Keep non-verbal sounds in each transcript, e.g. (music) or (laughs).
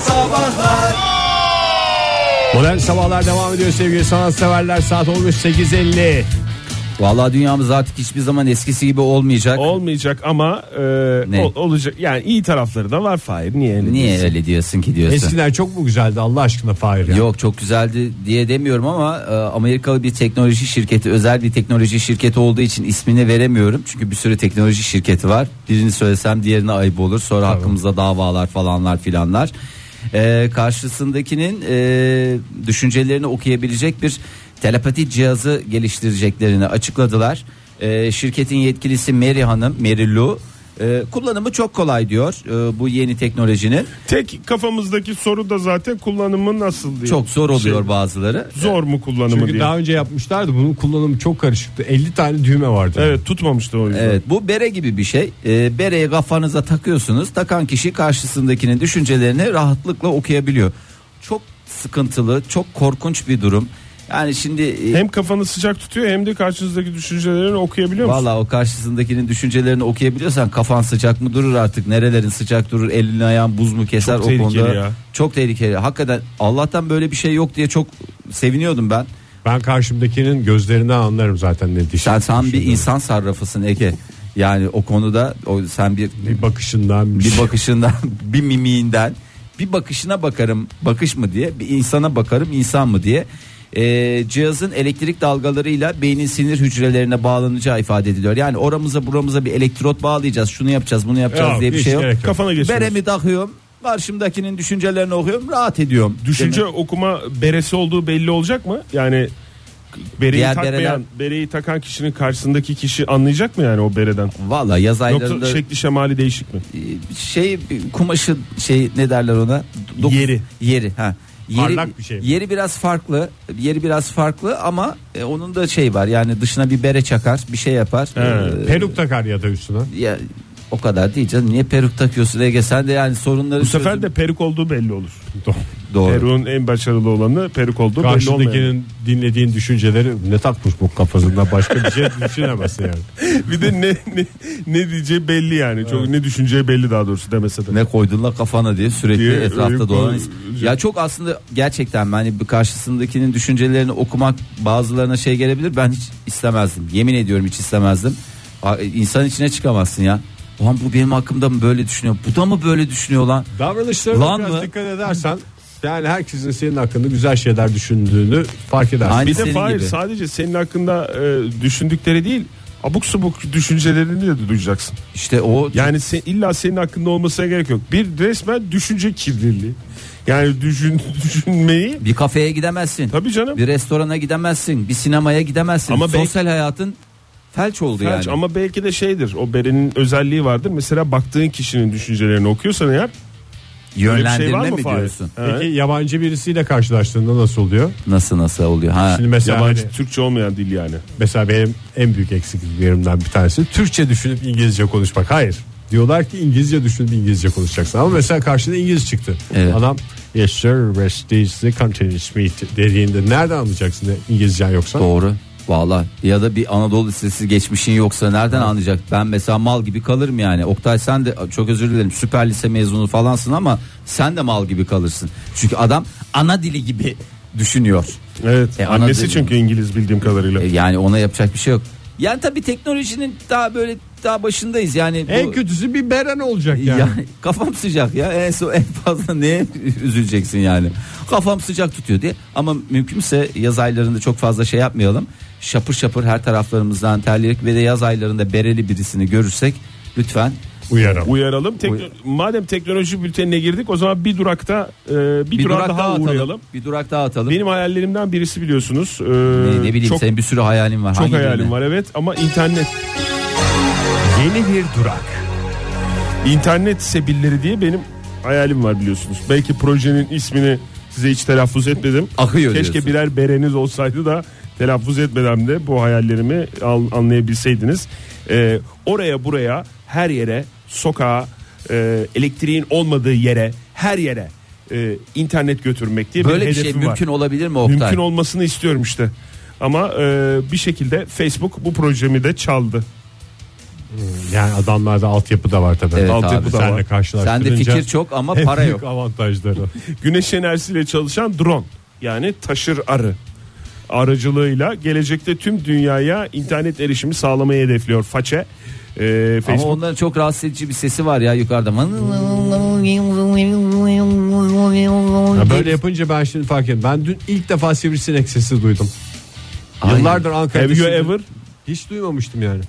Sabahlar Modern sabahlar devam ediyor sevgili sanatseverler saat olmuş 8.50 Vallahi dünyamız artık hiçbir zaman eskisi gibi olmayacak. Olmayacak ama e, Ne? ol- olacak. Yani iyi tarafları da var Fahir. Niye öyle Niye diyorsun? öyle diyorsun ki diyorsun? Eskiler çok mu güzeldi Allah aşkına Fahir ya? Yok çok güzeldi diye demiyorum ama e, Amerikalı bir teknoloji şirketi özel bir teknoloji şirketi olduğu için ismini veremiyorum. Çünkü bir sürü teknoloji şirketi var. Birini söylesem diğerine ayıp olur. Sonra hakkımızda davalar falanlar filanlar. E, karşısındakinin e, düşüncelerini okuyabilecek bir telepati cihazı geliştireceklerini açıkladılar. E, şirketin yetkilisi Mary Hanım, Mary Lou e, kullanımı çok kolay diyor e, bu yeni teknolojinin. Tek kafamızdaki soru da zaten kullanımı nasıl diye. Çok zor oluyor Şey, bazıları. zor mu kullanımı Çünkü diye. daha önce yapmışlardı bunun kullanımı çok karışıktı 50 tane düğme vardı. Evet tutmamıştı o yüzden. Evet bu bere gibi bir şey. Ee, bereyi kafanıza takıyorsunuz. Takan kişi karşısındakinin düşüncelerini rahatlıkla okuyabiliyor. Çok sıkıntılı, çok korkunç bir durum. Yani şimdi e, Hem kafanı sıcak tutuyor hem de karşınızdaki düşüncelerini okuyabiliyor musun? Valla o karşısındakinin düşüncelerini okuyabiliyorsan kafan sıcak mı durur artık nerelerin sıcak durur elin ayağın buz mu keser Çok o tehlikeli konuda ya. çok tehlikeli hakikaten Allah'tan böyle bir şey yok diye çok seviniyordum ben Ben karşımdakinin gözlerinden anlarım zaten ne diş. sen tam bir insan sarrafısın Ege yani o konuda o, sen bir Bir bakışından bir, şey. bir bakışından (laughs) bir mimiğinden bir bakışına bakarım bakış mı diye bir insana bakarım insan mı diye Ee, cihazın elektrik dalgalarıyla beynin sinir hücrelerine bağlanacağı ifade ediliyor. Yani oramıza buramıza bir elektrot bağlayacağız şunu yapacağız bunu yapacağız Yok, diye bir hiç şey yok. gerek yok. Kafana geçiyor. Beremi takıyorum karşımdakinin düşüncelerini okuyorum rahat ediyorum. Düşünce Demek- okuma beresi olduğu belli olacak mı? Yani bereyi Diğer takmayan, bereler- bereyi takan kişinin karşısındaki kişi anlayacak mı yani o bereden? Valla yaz aylarında Yoksa şekli şemali değişik mi? e, şey kumaşı şey ne derler ona? Dok- Yeri. Yeri ha. Parlak bir şey mi? Yeri biraz farklı. Yeri biraz farklı ama e, onun da şey var. Yani dışına bir bere çakar, bir şey yapar. Ee, peruk takar ya da üstüne. ya o kadar değil canım. Niye peruk takıyorsun Ege? Sen de yani sorunları Bu sefer çözüm- de peruk olduğu belli olur. doğru. Peruk'un en başarılı olanı peruk olduğu belli olmayan. Karşındakinin dinlediğin düşünceleri ne takmış bu kafasında başka bir şey (laughs) düşünemezsin yani. (laughs) Bir de ne, ne, ne diyeceği belli yani. Çok ne düşüneceği belli daha doğrusu demese de. Ne koydun la kafana diye sürekli Diye etrafta öyle dolan. koyacak. Ya çok aslında gerçekten ben hani bu karşısındakinin düşüncelerini okumak bazılarına şey gelebilir. Ben hiç istemezdim. Yemin ediyorum hiç istemezdim. A- İnsan içine çıkamazsın ya. Ulan bu benim hakkımda mı böyle düşünüyor? Bu da mı böyle düşünüyor lan? Davranışlarına Lan biraz mı? dikkat edersen yani herkesin senin hakkında güzel şeyler düşündüğünü fark edersin. Aynı Bir de senin Fahir gibi. sadece senin hakkında e, düşündükleri değil abuk subuk düşüncelerini de duyacaksın. İşte o Yani sen, illa senin hakkında olmasına gerek yok. Bir resmen düşünce kirliliği. Yani düşün, (laughs) düşünmeyi bir kafeye gidemezsin. tabii canım. Bir restorana gidemezsin. Bir sinemaya gidemezsin. Ama belki- Sosyal hayatın felç oldu Felç yani. Ama belki de şeydir o berenin özelliği vardır. Mesela baktığın kişinin düşüncelerini okuyorsan eğer öyle bir Yönlendirme şey var mı mi Fahir? diyorsun? Evet. Peki yabancı birisiyle karşılaştığında nasıl oluyor? Nasıl nasıl oluyor? Ha. Şimdi mesela Yabancı hani- Türkçe olmayan dil yani. mesela benim en büyük eksikliklerimden bir tanesi Türkçe düşünüp İngilizce konuşmak. Hayır. Diyorlar ki İngilizce düşünüp İngilizce konuşacaksın. Ama mesela karşına İngiliz çıktı. Evet. Adam yes sir rest is the continent meat dediğinde nereden anlayacaksın de İngilizcen yoksa? Doğru. Valla ya da bir Anadolu Lisesi geçmişin yoksa nereden anlayacak? Ben mesela mal gibi kalırım yani. Oktay sen de çok özür dilerim süper lise mezunu falansın ama sen de mal gibi kalırsın. Çünkü adam ana dili gibi düşünüyor. Evet. E, ana annesi dil- çünkü İngiliz bildiğim kadarıyla. E, Yani ona yapacak bir şey yok. Yani tabii teknolojinin daha böyle daha başındayız yani. bu- En kötüsü bir beren olacak yani. Ya, (laughs) kafam sıcak ya en, son- en fazla neye üzüleceksin yani kafam sıcak tutuyor diye ama mümkünse yaz aylarında çok fazla şey yapmayalım şapır şapır her taraflarımızdan terleyerek ve de yaz aylarında bereli birisini görürsek lütfen Uyarım. Uyaralım. Tekno- Uy- Madem teknoloji bültenine girdik o zaman bir durakta e, bir, durak, daha atalım uğrayalım. bir durak daha atalım Benim hayallerimden birisi biliyorsunuz. e, ne, ne bileyim çok, senin bir sürü hayalin var çok Hangi hayalim birine? var evet ama internet Yeni bir durak. internet sebilleri diye benim hayalim var biliyorsunuz. Belki projenin ismini size hiç telaffuz etmedim. akıyor Keşke diyorsun. birer bereniz olsaydı da telaffuz etmeden de bu hayallerimi al- anlayabilseydiniz. Ee, oraya buraya her yere sokağa e, elektriğin olmadığı yere her yere e, internet götürmek diye böyle bir bir şey hedefim var. mümkün olabilir mi Oktay Mümkün olmasını istiyorum işte. Ama e, bir şekilde Facebook bu projemi de çaldı. Yani adamlarda altyapı da var tabii. Evet Altyapı abi. da var. Senle karşılaştırınca. Sende fikir çok ama en para büyük yok. avantajları. Güneş enerjisiyle çalışan drone yani taşır arı aracılığıyla gelecekte tüm dünyaya internet erişimi sağlamayı hedefliyor Façe. Ee, Ama Facebook onların çok rahatsız edici bir sesi var ya yukarıda. Ya böyle yapınca ben şimdi fark ettim. Ben dün ilk defa sivrisinek sesi duydum. Aynen. Yıllardır Ankara'da. Have you şimdi- ever? Hiç duymamıştım yani.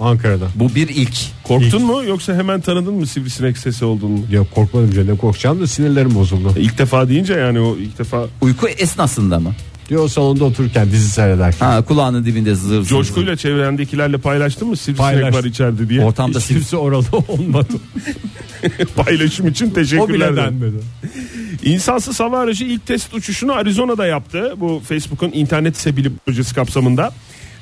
Ankara'da. Bu bir ilk. Korktun mu yoksa hemen tanıdın mı sivrisinek sesi olduğunu? Ya korkmadım canım ne korkacağım da sinirlerim bozuldu. İlk defa deyince yani o ilk defa Uyku esnasında mı? Diyor salonda otururken dizi (laughs) seyrederken. Ha kulağının dibinde zır zır zır. coşkuyla çevrendekilerle paylaştın mı sivrisinek Paylaştım. var içeride diye. Ortamda Hiç kimse orada (laughs) olmadı. (laughs) Paylaşım için o bile teşekkürler. denmedi. İnsansız hava aracı ilk test uçuşunu Arizona'da yaptı. Bu Facebook'un internet sebili projesi kapsamında.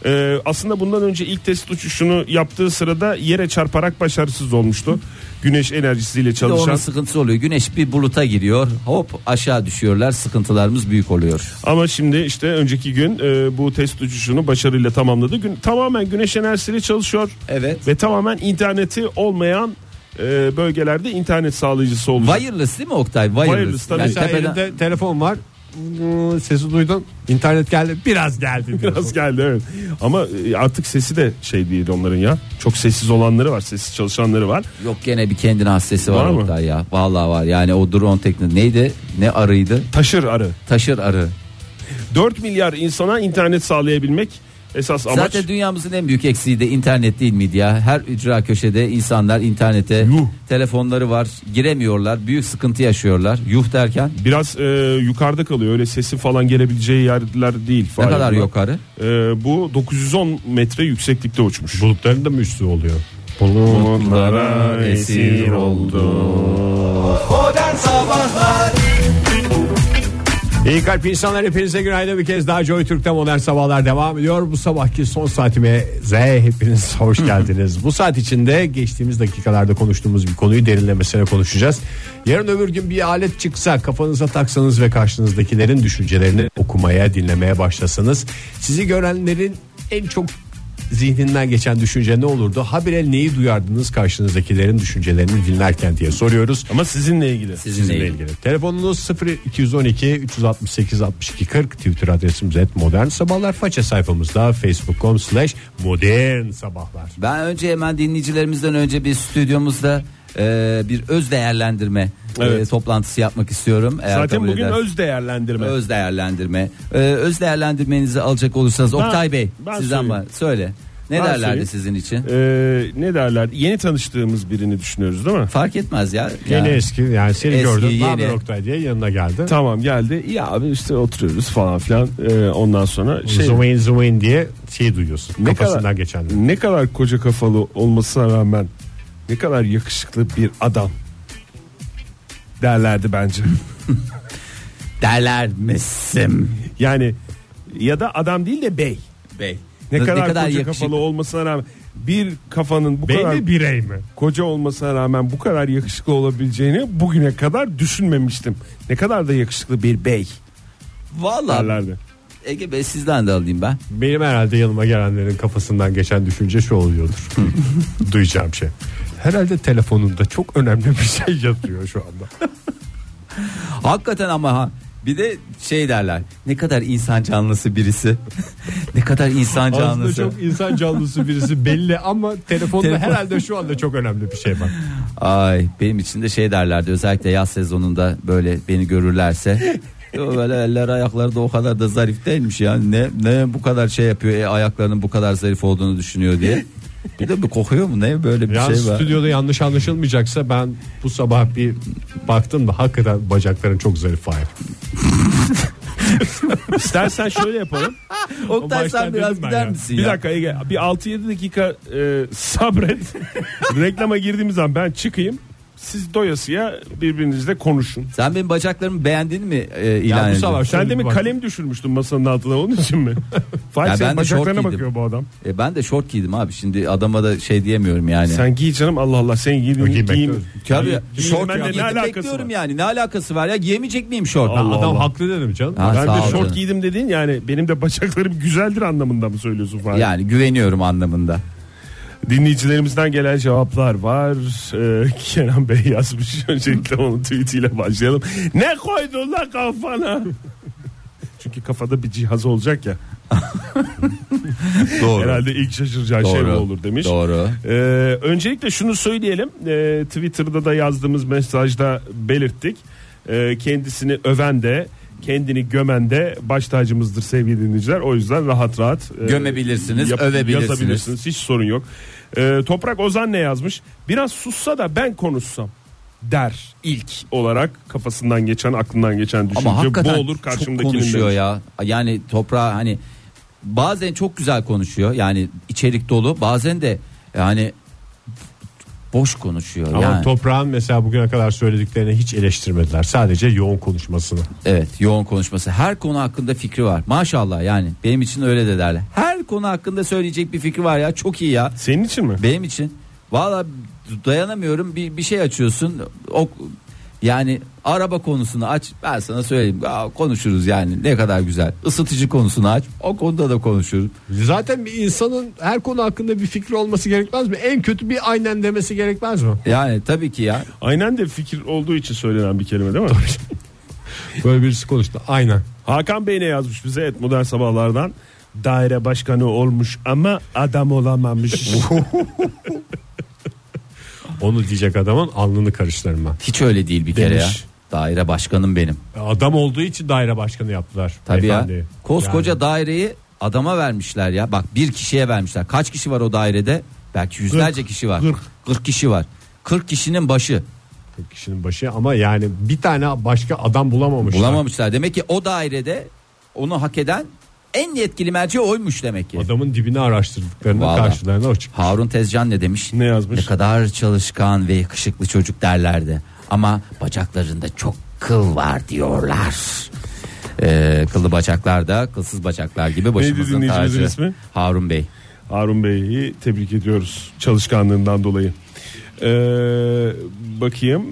Ee, aslında bundan önce ilk test uçuşunu yaptığı sırada yere çarparak başarısız olmuştu. Güneş enerjisiyle Bir de onun çalışan sıkıntısı oluyor. Güneş bir buluta giriyor. Hop aşağı düşüyorlar. Sıkıntılarımız büyük oluyor. ama şimdi işte önceki gün e, bu test uçuşunu başarıyla tamamladı. Gün, tamamen güneş enerjisiyle çalışıyor Evet. ve tamamen interneti olmayan e, bölgelerde internet sağlayıcısı olacak. Wireless değil mi Oktay? Wireless. Wireless, tabii. Yani Sen tepeden- elinde telefon var. Hmm, Sesi duydun. İnternet geldi. Biraz geldi. diyorsun. Biraz geldi evet. Ama e, artık sesi de şey değil onların ya. Çok sessiz olanları var, sessiz çalışanları var. Yok gene bir kendine hastesi var, Var mı? Oktay ya. Vallahi var. Yani o drone tekniği neydi? Ne arıydı? Taşır arı. Taşır arı. 4 milyar insana internet sağlayabilmek esas amaç. Zaten dünyamızın en büyük eksiği de internet değil miydi ya? Her ücra köşede insanlar internete Yuh. telefonları var. Giremiyorlar. Büyük sıkıntı yaşıyorlar. Yuh derken Biraz e, yukarıda kalıyor öyle sesi falan gelebileceği yerler değil. ne Fahir kadar bunlar. yukarı? E, bu 910 metre yükseklikte uçmuş. Bulutların da mı üstü oluyor? Bunlara esir oldu. İyi kalp insanlar hepinize günaydın bir kez daha Joy Türk'te modern sabahlar devam ediyor. Bu sabahki son saatime Z hepiniz (laughs) hoş geldiniz. Bu saat içinde geçtiğimiz dakikalarda konuştuğumuz bir konuyu derinlemesine konuşacağız. Yarın öbür gün bir alet çıksa kafanıza taksanız ve karşınızdakilerin düşüncelerini okumaya dinlemeye başlasanız sizi görenlerin en çok zihninden geçen düşünce ne olurdu? Habire neyi duyardınız karşınızdakilerin düşüncelerini dinlerken diye soruyoruz. Ama sizinle ilgili. Sizinle ilgili. Telefonunuz 0212 368 62 40 Twitter adresimiz et modern sabahlar faça sayfamızda facebook.com slash modern sabahlar. Ben önce hemen dinleyicilerimizden önce bir stüdyomuzda e, bir öz değerlendirme Evet. e, toplantısı yapmak istiyorum. Eğer Zaten kabul bugün eder- öz değerlendirme. öz değerlendirme. E, öz değerlendirmenizi alacak olursanız Oktay Bey ben sizden söyleyeyim. bana söyle. Ne Ben derlerdi söyleyeyim. sizin için? E, ne derler? Yeni tanıştığımız birini düşünüyoruz değil mi? Fark etmez ya. Yeni Ya. eski yani seni Eski, gördüm. yeni. Ne haber Oktay diye yanına geldi. Tamam geldi. Ya abi işte oturuyoruz falan filan. Ee, ondan sonra şey Zımayın zımayın diye şey duyuyorsun. ne kafasından kadar geçenler. ne kadar koca kafalı olmasına rağmen ne kadar yakışıklı bir adam derlerdi bence. (laughs) Derler misim yani ya da adam değil de bey. Bey. Ne, kadar, koca yakışık- kafalı olmasına rağmen bir kafanın bu Bey kadar mi birey mi? koca olmasına rağmen bu kadar yakışıklı olabileceğini bugüne kadar düşünmemiştim. Ne kadar da yakışıklı bir bey Vallahi derlerdi. Ege Bey sizden de alayım ben. Benim herhalde yanıma gelenlerin kafasından geçen düşünce şu oluyordur. Duyacağım şey. Herhalde telefonunda çok önemli bir şey yatıyor şu anda. Hakikaten ama ha. Bir de şey derler. Ne kadar insan canlısı birisi. (laughs) ne kadar insan Aslında canlısı. çok insan canlısı birisi belli ama telefonda Telefon. herhalde şu anda çok önemli bir şey var. Ay benim için de şey derlerdi özellikle yaz sezonunda böyle beni (laughs) görürlerse "Yo, böyle eller ayakları da o kadar da zarif değilmiş yani ne ne bu kadar şey yapıyor e, ayaklarının bu kadar zarif olduğunu düşünüyor diye. Bir de bu kokuyor mu ne böyle bir Yani şey var. stüdyoda yanlış anlaşılmayacaksa ben bu sabah bir baktım da hakikaten bacakların çok zarif var. İstersen şöyle yapalım. Oktay baştan sen biraz dedim ben gider ya. misin Bir ya? dakika Ege bir 6-7 dakika e, (laughs) sabret. Reklama girdiğimiz zaman ben çıkayım. Siz doyasıya birbirinizle konuşun. Sen benim bacaklarımı beğendin mi e, ilan bu edin? savaş- Sen Şöyle de mi bir bak- kalem düşürmüştün masanın altına onun (laughs) için mi? Ya Fahit ben senin de şort bacaklarına giydim. bakıyor bu adam. E, ben de şort giydim abi şimdi adama da şey diyemiyorum yani. Sen giy canım Allah Allah sen giyin. Giymek giyin. lazım. Tabii, şort ben de ne giydim alakası bekliyorum var? yani ne alakası var ya giyemeyecek miyim şort? Allah Adam Allah. haklı dedim canım. Ha, Ben sağ ol de şort canım. giydim dediğin yani benim de bacaklarım güzeldir anlamında mı söylüyorsun Fahit? Yani güveniyorum anlamında. Dinleyicilerimizden gelen cevaplar var. Ee, (laughs) Kenan Bey yazmış. (laughs) Öncelikle onun tweetiyle başlayalım. Ne koydun la (laughs) kafana? Çünkü kafada bir cihaz olacak ya. Doğru. Herhalde ilk şaşıracağı şey bu olur demiş. Doğru. Ee, öncelikle şunu söyleyelim. Ee, Twitter'da da yazdığımız mesajda belirttik. Ee, kendisini öven de kendini gömen de baş tacımızdır sevgili dinleyiciler. O yüzden rahat rahat e, Gömebilirsiniz, övebilirsiniz. yazabilirsiniz. Hiç sorun yok. Ee, Toprak Ozan ne yazmış? Biraz sussa da ben konuşsam der ilk olarak kafasından geçen aklından geçen düşünce Ama hakikaten bu olur çok karşımdakinin konuşuyor demiş. ya. Yani toprağa hani bazen çok güzel konuşuyor. Yani içerik dolu. Bazen de yani boş konuşuyor. Ama yani. toprağın mesela bugüne kadar söylediklerini hiç eleştirmediler. Sadece yoğun konuşmasını. Evet yoğun konuşması her konu hakkında fikri var maşallah yani benim için öyle de derler her konu hakkında söyleyecek bir fikri var ya çok iyi ya Senin için mi? benim için valla dayanamıyorum bir, bir şey açıyorsun o, yani araba konusunu aç ben sana söyleyeyim Aa, konuşuruz yani ne kadar güzel Isıtıcı konusunu aç o konuda da konuşuruz Zaten bir insanın her konu hakkında bir fikri olması gerekmez mi? En kötü bir aynen demesi gerekmez mi? yani tabii ki ya Aynen de fikir olduğu için söylenen bir kelime değil mi? Böyle birisi konuştu. Aynen. Hakan Bey ne yazmış bize et modern sabahlardan? Daire başkanı olmuş ama adam olamamış. (laughs) Onu diyecek adamın alnını karıştırırım ben. hiç öyle değil bir kere ya Demiş. daire başkanım benim Adam olduğu için daire başkanı yaptılar. Tabii ya. beyefendiyi. Koskoca daireyi adama vermişler ya. Bak bir kişiye vermişler. Kaç kişi var o dairede? Belki yüzlerce kişi var. 40. kırk. kişi var. 40 kişinin başı. Yani kişinin başı ama yani bir tane başka adam bulamamışlar. Bulamamışlar. Demek ki o dairede onu hak eden en yetkili merci oymuş demek ki. Adamın dibini araştırdıklarında Vallahi. karşılarına o çıktı. Harun Tezcan ne demiş? Ne yazmış? Ne kadar çalışkan ve yakışıklı çocuk derlerdi. Ama bacaklarında çok kıl var diyorlar. Ee, kıllı bacaklar da kılsız bacaklar gibi başımızın dinleyicimizin tacı. ismi? Harun Bey. Harun Bey'i tebrik ediyoruz çalışkanlığından dolayı. Ee, bakayım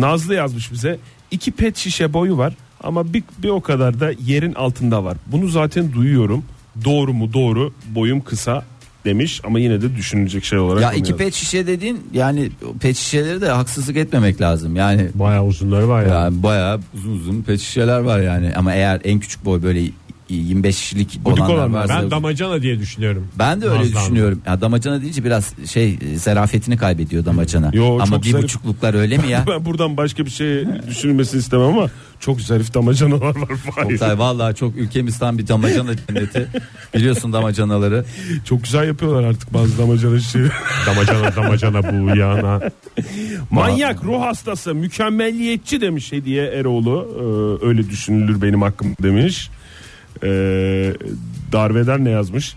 Nazlı yazmış bize iki pet şişe boyu var ama bir, bir o kadar da yerin altında var. Bunu zaten duyuyorum. Doğru mu doğru boyum kısa demiş ama yine de düşünülecek şey olarak. Ya onu iki yazmış. pet şişe dediğin yani pet şişeleri de haksızlık etmemek lazım. Yani Bayağı uzunları var ya. yani bayağı uzun uzun pet şişeler var yani. Ama eğer en küçük boy böyle 25 şişlik Gudik olanlar olanlar. varsa. Ben Ben, damacana diye düşünüyorum. de öyle Nazlı Hanım. düşünüyorum. Ya damacana deyince biraz şey e, zarafetini kaybediyor damacana. Yo, Ama çok bir zarif. buçukluklar öyle mi ya? (laughs) Ben buradan başka bir şey düşünülmesini istemem ama çok zarif damacanalar var. Fahir. Oktay vallahi çok ülkemizden bir damacana cenneti. Biliyorsun damacanaları. Çok güzel yapıyorlar artık bazı damacana şeyi. Damacana damacana bu yana. Manyak, ruh hastası, mükemmelliyetçi demiş Hediye Eroğlu. Ee, öyle düşünülür benim hakkım demiş. Ee, Darveder ne yazmış?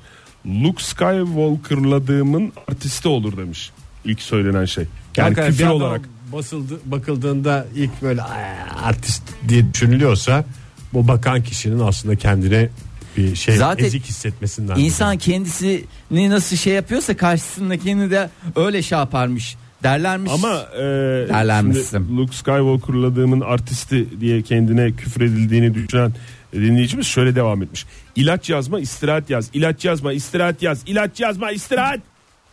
Luke Skywalker'ladığımın artisti olur demiş. İlk söylenen şey. Yani Hakikaten küfür bir adama olarak. basıldı, bakıldığında ilk böyle "Aa, artist diye düşünülüyorsa bu bakan kişinin aslında kendine bir şey Zaten ezik hissetmesinden. İnsan kendisini nasıl şey yapıyorsa karşısındakini de öyle şey yaparmış derlermiş. Ama e, Derlenmişsin. şimdi Luke Skywalker'ladığımın artisti diye kendine küfür edildiğini düşünen dinleyicimiz şöyle devam etmiş. İlaç yazma istirahat yaz. İlaç yazma istirahat yaz. İlaç yazma istirahat.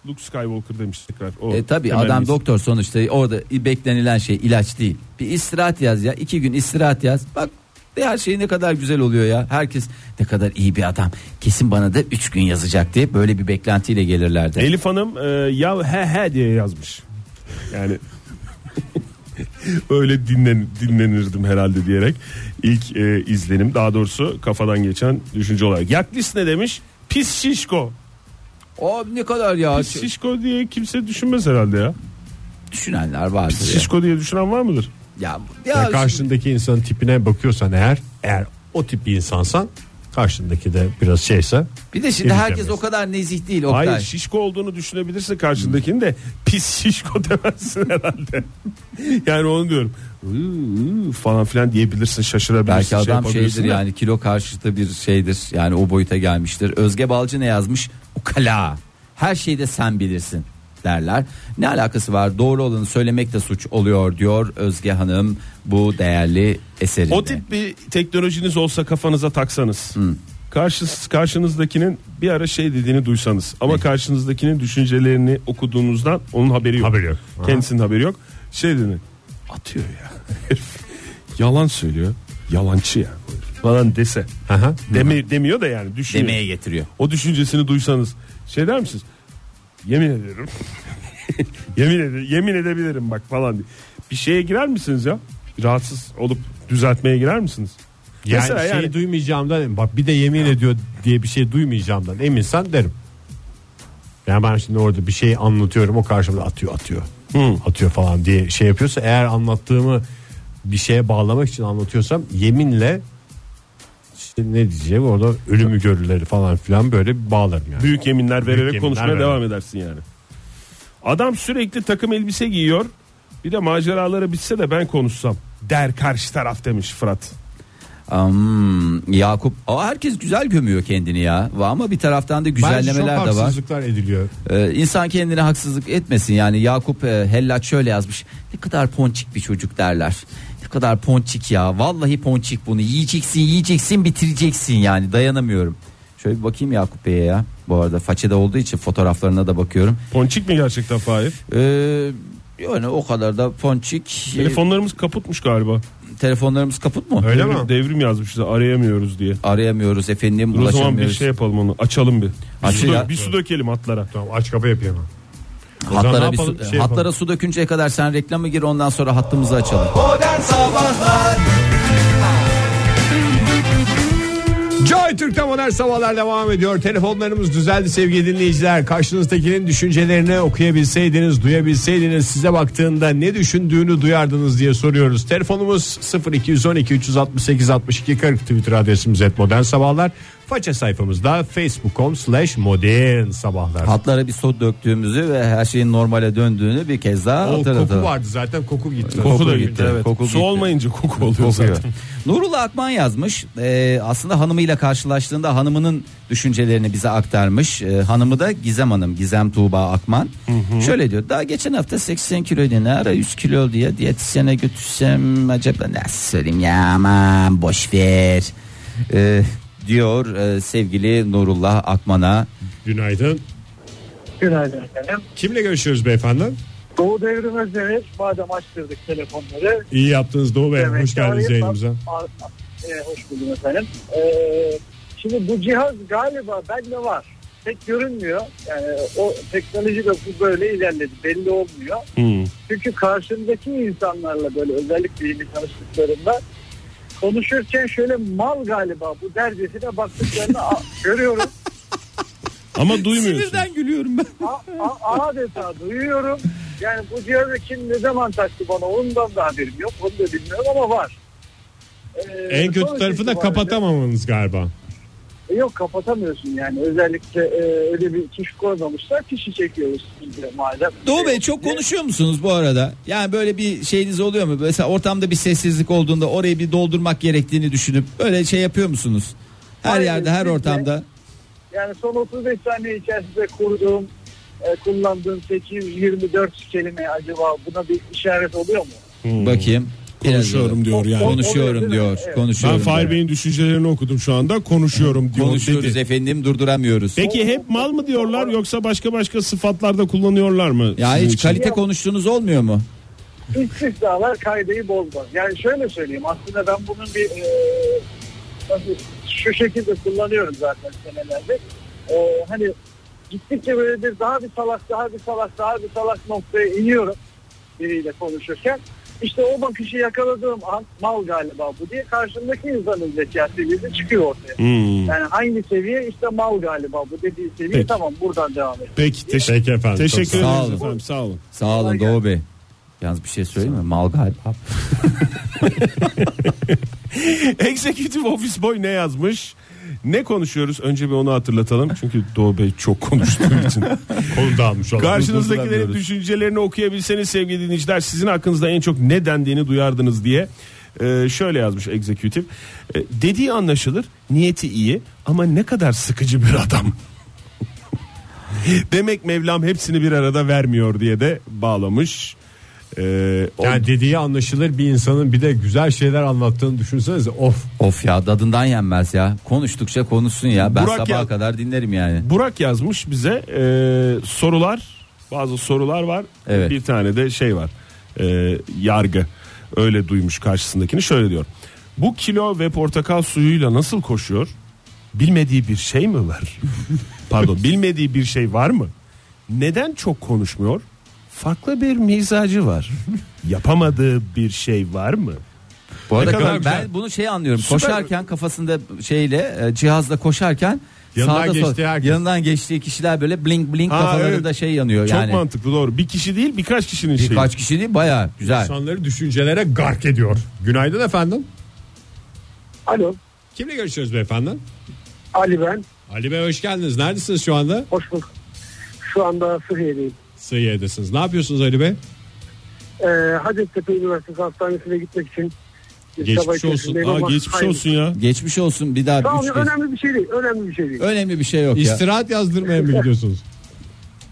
Luke Skywalker demiş tekrar. O E tabi temel adam mesaj. doktor sonuçta orada beklenilen şey ilaç değil. Bir istirahat yaz ya iki gün istirahat yaz. Bak her şey ne kadar güzel oluyor ya. Herkes ne kadar iyi bir adam. Kesin bana da üç gün yazacak diye böyle bir beklentiyle gelirlerdi. Elif Hanım e, ya he he diye yazmış. Yani (laughs) öyle dinlen, dinlenirdim herhalde diyerek ilk e, izlenim daha doğrusu kafadan geçen düşünce olarak. Yaklis ne demiş? Pis şişko. o ne kadar ya. Pis şişko diye kimse düşünmez herhalde ya. Düşünenler vardır Pis ya. şişko diye düşünen var mıdır? Ya, Yani ya karşındaki insanın tipine bakıyorsan eğer eğer o tip bir insansan karşındaki de biraz şeyse bir de şimdi herkes Yemeyeceğim. o kadar nezih değil Oktay. Hayır şişko olduğunu düşünebilirsin karşındakini de pis şişko (laughs) demezsin herhalde. yani onu diyorum. "Iı, ıı" falan filan diyebilirsin şaşırabilirsin. Belki şey adam yapabilirsin şeydir de. yani kilo karşıtı bir şeydir. Yani o boyuta gelmiştir. Özge Balcı ne yazmış? Ukala. Her şeyi de sen bilirsin derler. Ne alakası var? Doğru olanı söylemek de suç oluyor diyor Özge Hanım bu değerli eserinde. O tip bir teknolojiniz olsa kafanıza taksanız. Karşınız, karşınızdakinin bir ara şey dediğini duysanız ama karşınızdakinin düşüncelerini okuduğunuzdan onun haberi yok. Haberi yok. Kendisinin haberi yok. Şey dedi atıyor ya. (laughs) Herif Yalan söylüyor. Yalancı ya. bu herif Falan dese. Aha. Demi, demiyor da yani düşünüyor. demeye getiriyor. O düşüncesini duysanız şey der misiniz? Yemin ediyorum. (laughs) yemin ede yemin edebilirim bak falan diye. Bir şeye girer misiniz ya? Rahatsız olup düzeltmeye girer misiniz? Yani şey Mesela şeyi yani- duymayacağımdan bak bir de yemin ediyor diye bir şey duymayacağımdan eminsen derim. Yani ben şimdi orada bir şey anlatıyorum o karşımda atıyor atıyor. Atıyor falan diye şey yapıyorsa eğer anlattığımı bir şeye bağlamak için anlatıyorsam yeminle işte ne diyeceğim orada ölümü görürleri falan filan böyle bir bağlarım yani. Büyük yeminler vererek yeminler konuşmaya vererek. devam edersin yani. Adam sürekli takım elbise giyiyor. Bir de maceraları bitse de ben konuşsam der karşı taraf demiş Fırat. Am, Hmm, Yakup Aa, herkes güzel gömüyor kendini ya. Va- Ama bir taraftan da Bence çok güzellemeler de var. haksızlıklar ediliyor. Ee, insan kendine haksızlık etmesin yani Yakup e, Hellat şöyle yazmış ne kadar ponçik bir çocuk derler ne kadar ponçik ya vallahi ponçik bunu yiyeceksin yiyeceksin bitireceksin yani dayanamıyorum şöyle bir bakayım Yakup Bey'e ya bu arada façede olduğu için fotoğraflarına da bakıyorum Ponçik mi gerçekten Fahir? Ee, yani o kadar da ponçik Telefonlarımız kaputmuş galiba. Ee, telefonlarımız kaput mu Öyle devrim, mi? Devrim yazmışız arayamıyoruz diye. arayamıyoruz efendim Dur o zaman bir ulaşamıyoruz şey yapalım onu. Açalım bir. Bir, Aç su, ya. dö- bir su dökelim atlara. Tamam aç kapı yapayım. ben. zaman ne hatlara, bir yapalım? su, Şey yapalım. hatlara su dökünceye kadar sen reklama gir ondan sonra hattımızı açalım Joy Türk'te modern sabahlar devam ediyor. Telefonlarımız düzeldi sevgili dinleyiciler. Karşınızdakinin düşüncelerini okuyabilseydiniz, duyabilseydiniz size baktığında ne düşündüğünü duyardınız diye soruyoruz. Telefonumuz 0212 368 62 40 Twitter adresimiz et modern sabahlar. Faça sayfamızda facebook.com slash modern sabahlar. Hatlara bir su döktüğümüzü ve her şeyin normale döndüğünü bir kez daha o koku hatırlatalım. vardı zaten koku gitti. Koku, da gitti. gitti, evet. koku Su gitti. olmayınca koku oluyor Kokuyor. zaten. Nurullah Akman yazmış. Ee, aslında hanımıyla karşılaştığında hanımının düşüncelerini bize aktarmış. Ee, hanımı da Gizem Hanım, Gizem Tuğba Akman. Şöyle diyor. Daha geçen hafta 80 kiloydu ne ara 100 kilo diye diyetisyene götürsem acaba nasıl söyleyeyim ya aman boş ver. Ee, diyor e, sevgili Nurullah Akman'a. Günaydın. Günaydın efendim. Kimle görüşüyoruz beyefendi? Doğu Devrim Özdemir. Madem açtırdık telefonları. İyi yaptınız Doğu Bey. demek Hoş ki geldiniz arayıp- yayınımıza. Ar- e, hoş buldum efendim. Ee, şimdi bu cihaz galiba bende var. Pek görünmüyor. Yani o teknoloji de bu böyle ilerledi. Belli olmuyor. Hmm. Çünkü karşımdaki insanlarla böyle özellikle yeni tanıştıklarımda konuşurken şöyle mal galiba bu derecesine baktıklarını a- görüyorum. Ama duymuyorsun. gülüyorum ben. A- a- adeta duyuyorum. Yani bu cihazı kim ne zaman taktı bana ondan da haberim yok. Onu da bilmiyorum ama var. Ee, En kötü sonuç tarafı da itibariyle- kapatamamanız galiba. E, Yok kapatamıyorsun yani. Özellikle e, öyle bir tuş koymamışlar. Kişi çekiyoruz biz de madem. Doğu Bey Ee, çok konuşuyor musunuz bu arada? Yani böyle bir şeyiniz oluyor mu? Mesela ortamda bir sessizlik olduğunda orayı bir doldurmak gerektiğini düşünüp böyle şey yapıyor musunuz? Her Hayır, yerde, her kesinlikle. ortamda. Yani son 35 saniye içerisinde kurduğum, e, kullandığım 824 kelime acaba buna bir işaret oluyor mu? Bakayım. Biraz Hmm. Konuşuyorum daha. diyor yani. Konuşuyorum diyor. Evet. Ben Konuşuyorum. Fahir diyor. Bey'in düşüncelerini okudum şu anda. Konuşuyorum diyor Konuşuyoruz dedi. efendim durduramıyoruz. Peki hep mal mı diyorlar yoksa başka başka sıfatlarda kullanıyorlar mı? ya sizin hiç için? kalite konuştuğunuz olmuyor mu? İstisnalar kaydeyi bozmaz. Yani şöyle söyleyeyim aslında ben bunun bir e, nasıl, şu şekilde kullanıyorum zaten senelerde. E, hani gittikçe böyle bir daha bir salak daha bir salak daha bir salak noktaya iniyorum biriyle konuşurken. İşte o bakışı yakaladığım an mal galiba bu diye karşımdaki insanın zeka seviyesi çıkıyor ortaya. Hmm. Yani hangi seviye işte mal galiba bu dediği seviye Peki. tamam buradan devam edelim. Peki, teş- Peki efendim. çok teşekkür sağ olun. sağ ederiz olun. efendim. Sağ olun. Sağ olun Kolay Doğu Bey. Yalnız bir şey söyleyeyim mi? Mal galiba. (laughs) Executive Office Boy ne yazmış? Ne konuşuyoruz? Önce bir onu hatırlatalım. Çünkü Doğu Bey çok konuştuğu için. (laughs) Konu dağılmış olan. Karşınızdakilerin düşüncelerini okuyabilseniz sevgili dinleyiciler sizin hakkınızda en çok ne dendiğini duyardınız diye Ee, şöyle yazmış executive. Ee, dediği anlaşılır, niyeti iyi ama ne kadar sıkıcı bir adam. (laughs) Demek Mevlam hepsini bir arada vermiyor diye de bağlamış. e, o- Yani dediği anlaşılır bir insanın bir de güzel şeyler anlattığını düşünsenize of. Of ya dadından yenmez ya. Konuştukça konuşsun ya. Ben Burak sabaha ya- kadar dinlerim yani. Burak yazmış bize e, sorular bazı sorular var Evet. bir tane de şey var e, yargı öyle duymuş karşısındakini şöyle diyor bu kilo ve portakal suyuyla nasıl koşuyor bilmediği bir şey (laughs) mi var pardon bilmediği bir şey var mı neden çok konuşmuyor farklı bir (laughs) mizacı var yapamadığı bir şey var mı Bu arada kadar ben güzel. bunu şey anlıyorum. Süper. Koşarken kafasında şeyle e, cihazla koşarken Yanından sağda sol- geçtiği herkes. yanından geçtiği kişiler böyle blink blink Aa, kafalarında evet. şey yanıyor çok yani. mantıklı şey. doğru bir kişi değil birkaç kişinin şeyi Birkaç kişi değil baya güzel. İnsanları düşüncelere gark ediyor. Günaydın efendim. Alo Kimle görüşüyoruz beyefendi? Ali ben. Ali Bey hoş geldiniz. Neredesiniz şu anda? Hoş bulduk. Şu anda Suriye'deyim. Sıhhiye'desiniz. Ne yapıyorsunuz Ali Bey? Ee, Hacettepe Üniversitesi Hastanesi'ne gitmek için bir sabah geçmiş olsun içerisindeyim Aa, ama geçmiş hayır. olsun ya Geçmiş olsun bir daha Tamam üç kez. önemli bir şey değil. Önemli bir şey değil. Önemli bir şey yok ya. İstirahat yazdırmaya mı (laughs) gidiyorsunuz?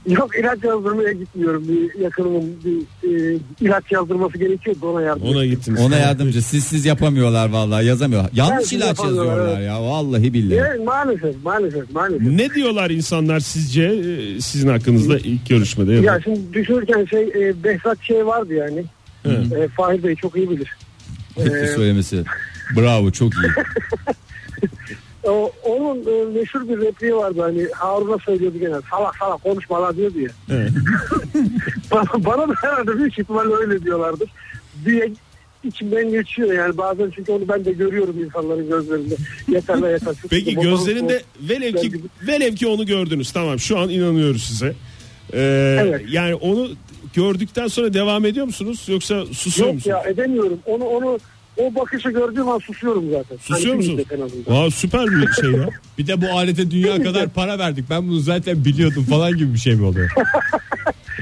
Yok ilaç yazdırmaya gitmiyorum. Bir yakınımın bir e, ilaç yazdırması gerekiyordu ona yardım. ona gittiniz Ona yardımcı siz siz yapamıyorlar vallahi yazamıyor. Yanlış Evet, ilaç yapamıyorlar, yazıyorlar ya vallahi billahi. Evet, maalesef maalesef maalesef. Ne diyorlar insanlar sizce e, sizin hakkınızda ilk görüşmede? Ya da- Ya şimdi düşünürken şey e, Behzat şey vardı yani. E, Fahir Bey çok iyi bilir. Bitti Ee, söylemesi. Bravo çok (laughs) iyi. O, onun e, meşhur bir repliği vardı hani Harun'a söylüyordu gene salak salak konuşma lan diyordu ya. (laughs) bana, bana da herhalde büyük ihtimalle öyle diyorlardır. Diye içimden geçiyor yani bazen çünkü onu ben de görüyorum insanların gözlerinde. Yeter lan yeter. (laughs) Peki gözlerinde velev ki, velev ki onu gördünüz tamam şu an inanıyoruz size. Ee, Evet. Yani onu gördükten sonra devam ediyor musunuz yoksa susuyor Yok musunuz? ya edemiyorum. Onu onu o bakışı gördüğüm an susuyorum zaten. Susuyor Hani musunuz? en azından. (laughs) Aa, süper bir şey ya. Bir de bu alete dünya kadar para verdik. Ben bunu zaten biliyordum falan gibi bir şey mi (laughs) oluyor?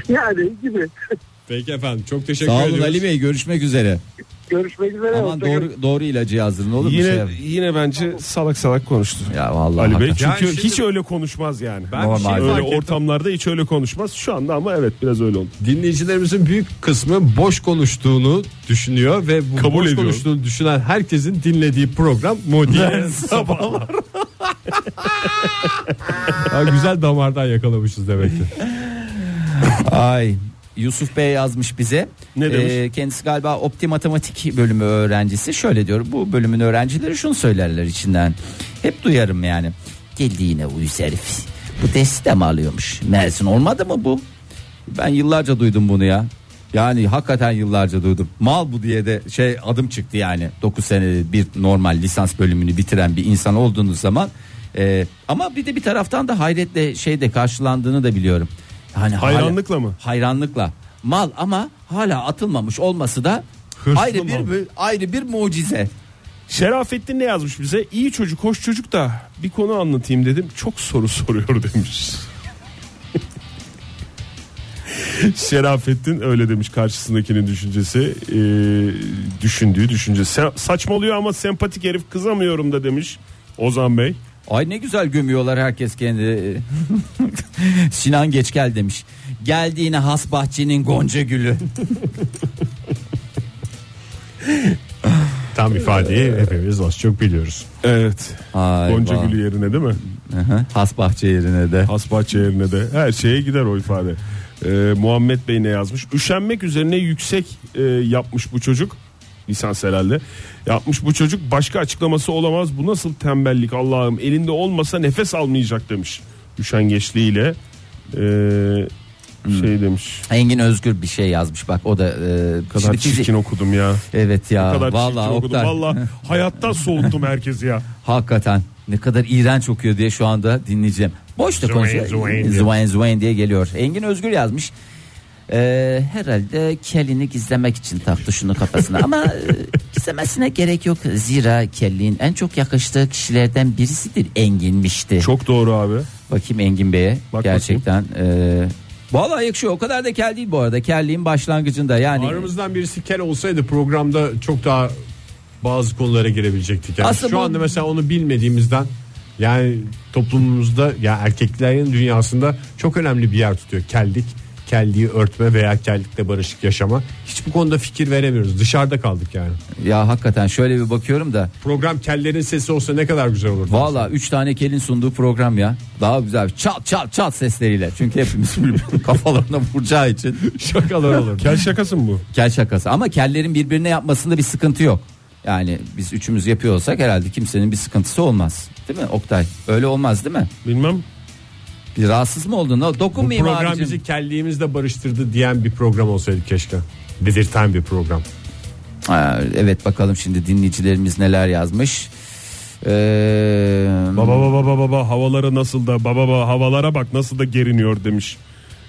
Yani gibi. Peki efendim çok teşekkür Sağ ederim. olun Ali Bey görüşmek üzere. Görüşmek üzere. Aman Hoşçakalın. doğru doğru ilacı yazdırın olur mu? Şey yine yap- yine bence salak salak konuştu. Ya vallahi Ali Bey hakikaten. çünkü Yani şimdi- hiç öyle konuşmaz yani. Ben bir şey Normal. öyle fark ettim. ortamlarda hiç öyle konuşmaz. Şu anda ama evet biraz öyle oldu. Dinleyicilerimizin büyük kısmı boş konuştuğunu düşünüyor ve bu Kabul boş ediyorum. konuştuğunu düşünen herkesin dinlediği program Modern (laughs) Sabahlar. Ha, güzel damardan yakalamışız demek ki. Ay Yusuf Bey yazmış bize. Ee, Ne demiş? kendisi galiba opti matematik bölümü öğrencisi. Şöyle diyor bu bölümün öğrencileri şunu söylerler içinden. Hep duyarım yani. Geldi yine uyuz herif. Bu dersi de mi alıyormuş? Mersin olmadı mı bu? Ben yıllarca duydum bunu ya. Yani hakikaten yıllarca duydum. Mal bu diye de şey adım çıktı yani. 9 sene bir normal lisans bölümünü bitiren bir insan olduğunuz zaman. e, ama bir de bir taraftan da hayretle şeyde karşılandığını da biliyorum. Yani hala- Hayranlıkla mı? Hayranlıkla. Mal ama hala atılmamış olması da Hırslı ayrı bir mal. mü- ayrı bir mucize. Şerafettin ne yazmış bize? İyi çocuk, hoş çocuk da bir konu anlatayım dedim. Çok soru (laughs) soruyor demiş. (laughs) Şerafettin öyle demiş karşısındakinin düşüncesi e, düşündüğü düşüncesi Sa- saçmalıyor ama sempatik herif kızamıyorum da demiş Ozan Bey Ay ne güzel gömüyorlar herkes kendi. (laughs) Sinan geç gel demiş. Geldi yine has bahçenin gonca gülü. (laughs) Tam ifadeyi hepimiz az çok biliyoruz. evet Ay Gonca vah. Gülü yerine değil mi Hı hı. Has bahçe yerine de. Hasbahçe yerine de her şeye gider o ifade E, Muhammed Bey ne yazmış üşenmek üzerine yüksek e, yapmış bu çocuk lisans herhalde yapmış bu çocuk başka açıklaması olamaz bu nasıl tembellik Allah'ım elinde olmasa nefes almayacak demiş üşengeçliğiyle e, Hmm. şey demiş Engin Özgür bir şey yazmış bak o da e, kadar şimdi bizi- çirkin okudum ya. Evet ya kadar vallahi çirkin okudum. Oktay Vallahi hayattan soğuttum herkesi ya. hakikaten ne kadar iğrenç okuyor diye şu anda dinleyeceğim. Boş da konuşuyor. zıvayn diye. Zıvayn zıvayn diye geliyor. Engin Özgür yazmış. E, herhalde kelini gizlemek için taktı şunu kafasına ama e, gizlemesine gerek yok zira kelliğin en çok yakıştığı kişilerden birisidir Engin'mişti. Çok doğru abi. Bakayım Engin Bey'e Bak gerçekten e, vallahi yakışıyor o kadar da kel değil bu arada kelliğin başlangıcında yani Aramızdan birisi kel olsaydı programda çok daha bazı konulara girebilecektik. Yani Aslında şu bu- anda mesela onu bilmediğimizden yani toplumumuzda ya erkeklerin dünyasında çok önemli bir yer tutuyor kellik. kelliği örtme veya kellikte barışık yaşama hiç bu konuda fikir veremiyoruz. Dışarıda kaldık yani. Ya hakikaten şöyle bir bakıyorum da Program kellerin sesi olsa ne kadar güzel olurdu. Valla 3 tane kelin sunduğu program ya. Daha güzel çat çat çat sesleriyle. Çünkü hepimiz birbirinin (laughs) kafalarına vuracağı için. (laughs) şakalar olurdu. Kel şakası mı bu? Kel şakası. Ama kellerin birbirine yapmasında bir sıkıntı yok. Yani biz üçümüz yapıyor olsak herhalde kimsenin bir sıkıntısı olmaz. Değil mi Oktay? Öyle olmaz değil mi? Bilmem. Bir rahatsız mı oldun? O Bu Dokunmayayım program abicim. bizi kelliğimizle barıştırdı diyen bir program olsaydı keşke. Dedirten bir program. Ha, evet bakalım şimdi dinleyicilerimiz neler yazmış. Ee, Baba baba baba baba havalara nasıl da baba baba havalara bak nasıl da geriniyor demiş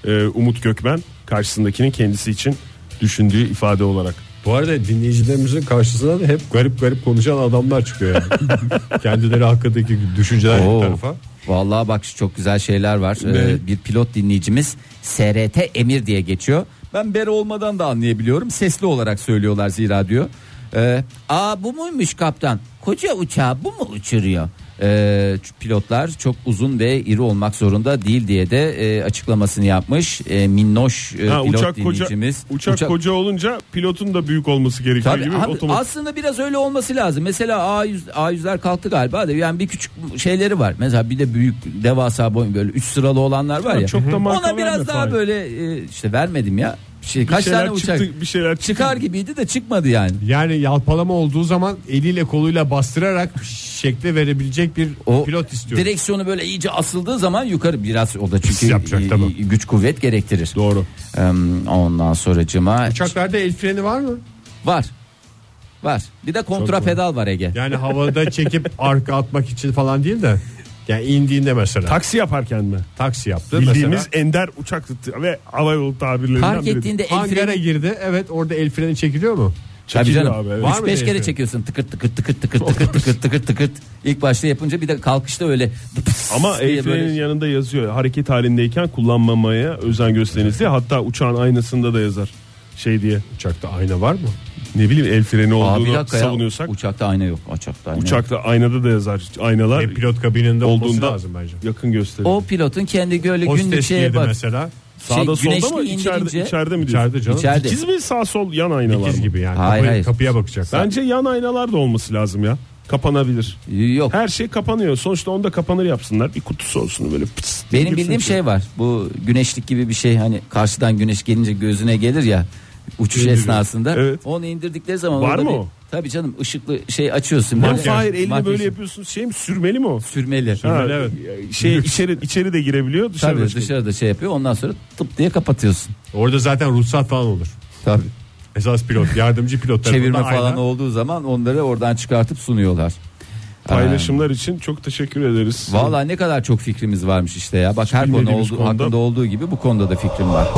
Ee, Umut Gökmen karşısındakinin kendisi için düşündüğü ifade olarak. Bu arada dinleyicilerimizin karşısına da hep garip garip konuşan adamlar çıkıyor yani. (laughs) Kendileri hakkındaki düşünceler bir Oo. tarafa. Vallahi bak şu çok güzel şeyler var. Ee, Ne? bir pilot dinleyicimiz SRT Emir diye geçiyor. Ben bere olmadan da anlayabiliyorum. Sesli olarak söylüyorlar zira diyor. Ee, Aa bu muymuş kaptan? Koca uçağı bu mu uçuruyor? Ee, şu pilotlar çok uzun ve iri olmak zorunda değil diye de e, açıklamasını yapmış e, minnoş e, Ha, pilot uçak koca dinleyicimiz. uçak, koca olunca pilotun da büyük olması gerekiyor Tabii gibi abi, otomatik. aslında biraz öyle olması lazım. Mesela A100 A100'ler kalktı galiba da yani bir küçük şeyleri var. Mesela bir de büyük devasa boyun böyle üç sıralı olanlar var Ya ya. çok da marka Ona biraz verme daha Fahir. böyle e, işte vermedim ya. Şey bir kaç şeyler tane uçak çıktı, bir şeyler çıktı. çıkar gibiydi de çıkmadı yani. Yani yalpalama olduğu zaman eliyle koluyla bastırarak şekle verebilecek bir O pilot istiyoruz. Direksiyonu böyle iyice asıldığı zaman yukarı biraz o da çünkü yapacak i- tabii. i- güç kuvvet gerektirir. Doğru. Em, ondan sonracıma Uçaklarda el freni var mı? var. Var. Bir de kontra pedal var Ege. Yani havada (laughs) çekip arka atmak için falan değil de. Yani indiğinde mesela Taksi yaparken mi? taksi yaptı Bildiğimiz mesela. ender uçak tı- ve havayolu tabirlerinden Park biridir. ettiğinde el freni Hangara girdi. Evet orada el freni çekiliyor mu? Tabii Çekiliyor canım. abi, evet. şey Var Üç mı beş kere değişim? çekiyorsun tıkır tıkır tıkır tıkır tıkır tıkır tıkır tıkır. İlk başta yapınca bir de kalkışta öyle dıpıs Ama diye el frenin yanında yazıyor. Hareket halindeyken kullanmamaya özen gösteriniz diye. Hatta uçağın aynasında da yazar. Şey diye. Uçakta ayna var mı? Ne bileyim el freni Aa, bir olduğunu dakika ya. savunuyorsak. Uçakta ayna yok. Uçakta ayna yok. uçakta aynada da yazar. Aynalar E, pilot kabininde olması olduğunda lazım bence. yakın gösterir. O pilotun kendi böyle günlük Hostes şeye girdi bak. mesela. Sağda solda mı? güneşliği İçeride, indirince- içeride mi diyorsun? İçeride canım. şey, İçeride. İkiz mi sağ sol yan aynalar İkiz mı? gibi yani. Hayır, Kapı- hayır. Kapıya bakacaklar. Bence yan aynalar da olması lazım ya. Kapanabilir. Yok. Her şey kapanıyor. Sonuçta onda kapanır yapsınlar. Bir kutusu olsun böyle pıs. diye Benim bildiğim girsin. şey var. Bu güneşlik gibi bir şey hani karşıdan güneş gelince gözüne gelir ya uçuş İndiriyor. esnasında. Evet. Onu indirdikleri zaman Var orada mı bir- o? Tabii canım ışıklı şey açıyorsun. Lan böyle. Fahir elini Makyaj- böyle yapıyorsun. Şey mi sürmeli mi o? sürmeli. Ha, Sürmeli, evet. Şey içeri içeri de girebiliyor dışarı. Tabii da çıkıyor. dışarıda şey yapıyor. Ondan sonra tıp diye kapatıyorsun. Orada zaten ruhsat falan olur. Tabii. Esas pilot, yardımcı pilot tarafından çevirme falan ayna. olduğu zaman onları oradan çıkartıp sunuyorlar. Paylaşımlar için çok teşekkür ederiz. Valla ne kadar çok fikrimiz varmış işte ya. Bak her konu bilmediğimiz olduğu, konuda- hakkında olduğu gibi bu konuda da fikrim var.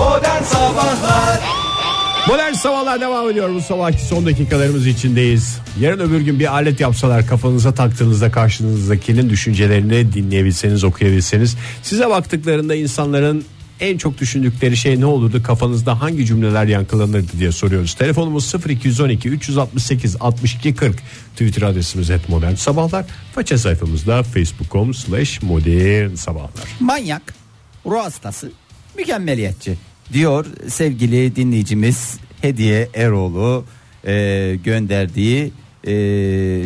Modern sabahlar devam ediyor. Bu sabahki son dakikalarımız içindeyiz. Yarın öbür gün bir alet yapsalar kafanıza taktığınızda karşınızdakinin düşüncelerini dinleyebilseniz, okuyabilseniz. Size baktıklarında insanların en çok düşündükleri şey ne olurdu? Kafanızda hangi cümleler yankılanırdı diye soruyoruz. Telefonumuz 0212 368 62 40. Twitter adresimiz et modern sabahlar. Faça sayfamızda facebook.com slash modern sabahlar. Manyak, ruh hastası, mükemmeliyetçi diyor sevgili dinleyicimiz Hediye Eroğlu e, gönderdiği e,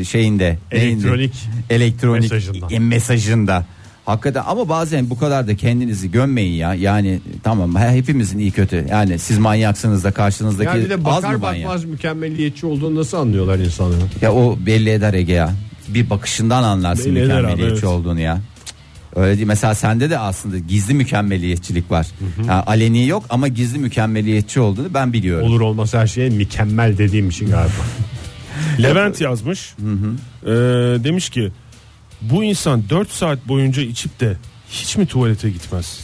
şeyinde neyinde? Elektronik elektronik mesajında. mesajında. mesajında. Hakikaten ama bazen bu kadar da kendinizi gömmeyin ya. Yani tamam he- hepimizin iyi kötü. Yani siz manyaksınız da karşınızdaki Yani bir de az mı bakar manyak? bakmaz mükemmeliyetçi olduğunu nasıl anlıyorlar insanlar? Ya o belli eder Ege ya. Bir bakışından anlarsın Belli eder abi, mükemmeliyetçi evet. olduğunu ya. Cık, Öyle değil. Mesela sende de aslında gizli mükemmeliyetçilik var. Ha, aleni yok ama gizli mükemmeliyetçi olduğunu ben biliyorum. Olur olmaz her şeye mükemmel dediğim için galiba. Levent yazmış. Ee, demiş ki bu insan 4 saat boyunca içip de hiç mi tuvalete gitmez?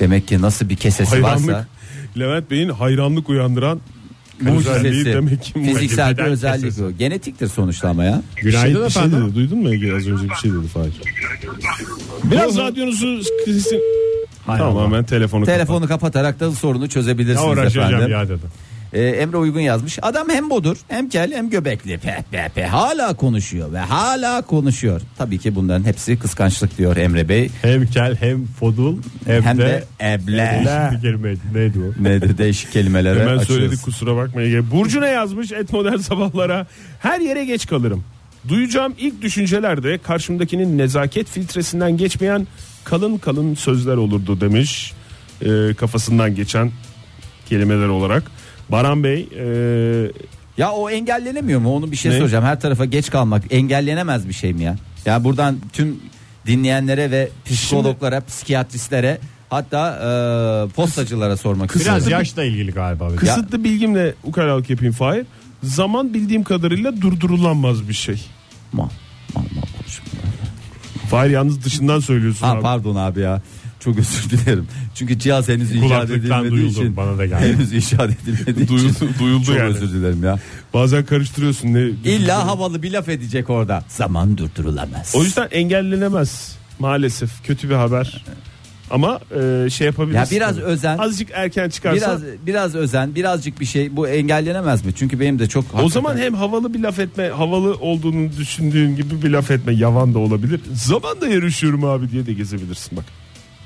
Demek ki nasıl bir kesesi varsa Hayranlık. Levent Bey'in hayranlık uyandıran mucizesi. mucizesi, Demek ki mucize. fiziksel bir Beden özellik kesesi. o. Genetiktir sonuçta ama ya. Günaydın Bir şey efendim. dedi, duydun mu Ege az önce bir şey dedi Fahir. Biraz radyonuzu kısın. Allah. Tamamen telefonu kapat. Telefonu kapatarak da sorunu çözebilirsiniz uğraşacağım efendim. ya dedim. Ee, Emre Uygun yazmış. Adam hem bodur hem kel hem göbekli. Pe, pe, pe. Hala konuşuyor ve hala konuşuyor. Tabii ki bunların hepsi kıskançlık diyor Emre Bey. Hem kel hem fodul hem, Hem de de Eh. eble. Değişik bir kelime neydi o? Ne de değişik kelimelere Hemen açıyoruz. söyledik kusura bakmayın. Burcu ne yazmış et modern sabahlara? Her yere geç kalırım. Duyacağım ilk düşüncelerde karşımdakinin nezaket filtresinden geçmeyen kalın kalın sözler olurdu demiş. Ee, kafasından geçen kelimeler olarak. Baran Bey e, Ya o engellenemiyor mu? Onu bir şey Ne? soracağım. Her tarafa geç kalmak engellenemez bir şey mi ya? Ya buradan tüm dinleyenlere ve psikologlara, psikiyatristlere hatta e, postacılara sormak Biraz istiyorum. yaşla ilgili galiba. bir de. kısıtlı bilgimle ukalalık yapayım Fahir. Zaman bildiğim kadarıyla durdurulamaz bir şey. Ma- ma- ma- konuşma. Fahir yalnız dışından söylüyorsun Ha abi. pardon abi ya. Çok özür dilerim. Çünkü cihaz henüz icat Kulaklıktan edilmediği duyuldu, için (laughs) bana da geldi. henüz icat edilmediği için Duyuldu- duyuldu çok yani. özür dilerim ya. Bazen karıştırıyorsun. Ne, İlla havalı bir laf edecek orada. Zaman durdurulamaz. O yüzden engellenemez maalesef. Kötü bir haber. Ama e, şey yapabiliriz. Ya biraz özen. Azıcık erken çıkarsa. biraz biraz özen, birazcık bir şey bu engellenemez mi? Çünkü benim de çok o zaman hem havalı bir laf etme, havalı olduğunu düşündüğün gibi bir laf etme yavan da olabilir. Zaman da yarışıyorum abi diye de gezebilirsin bak.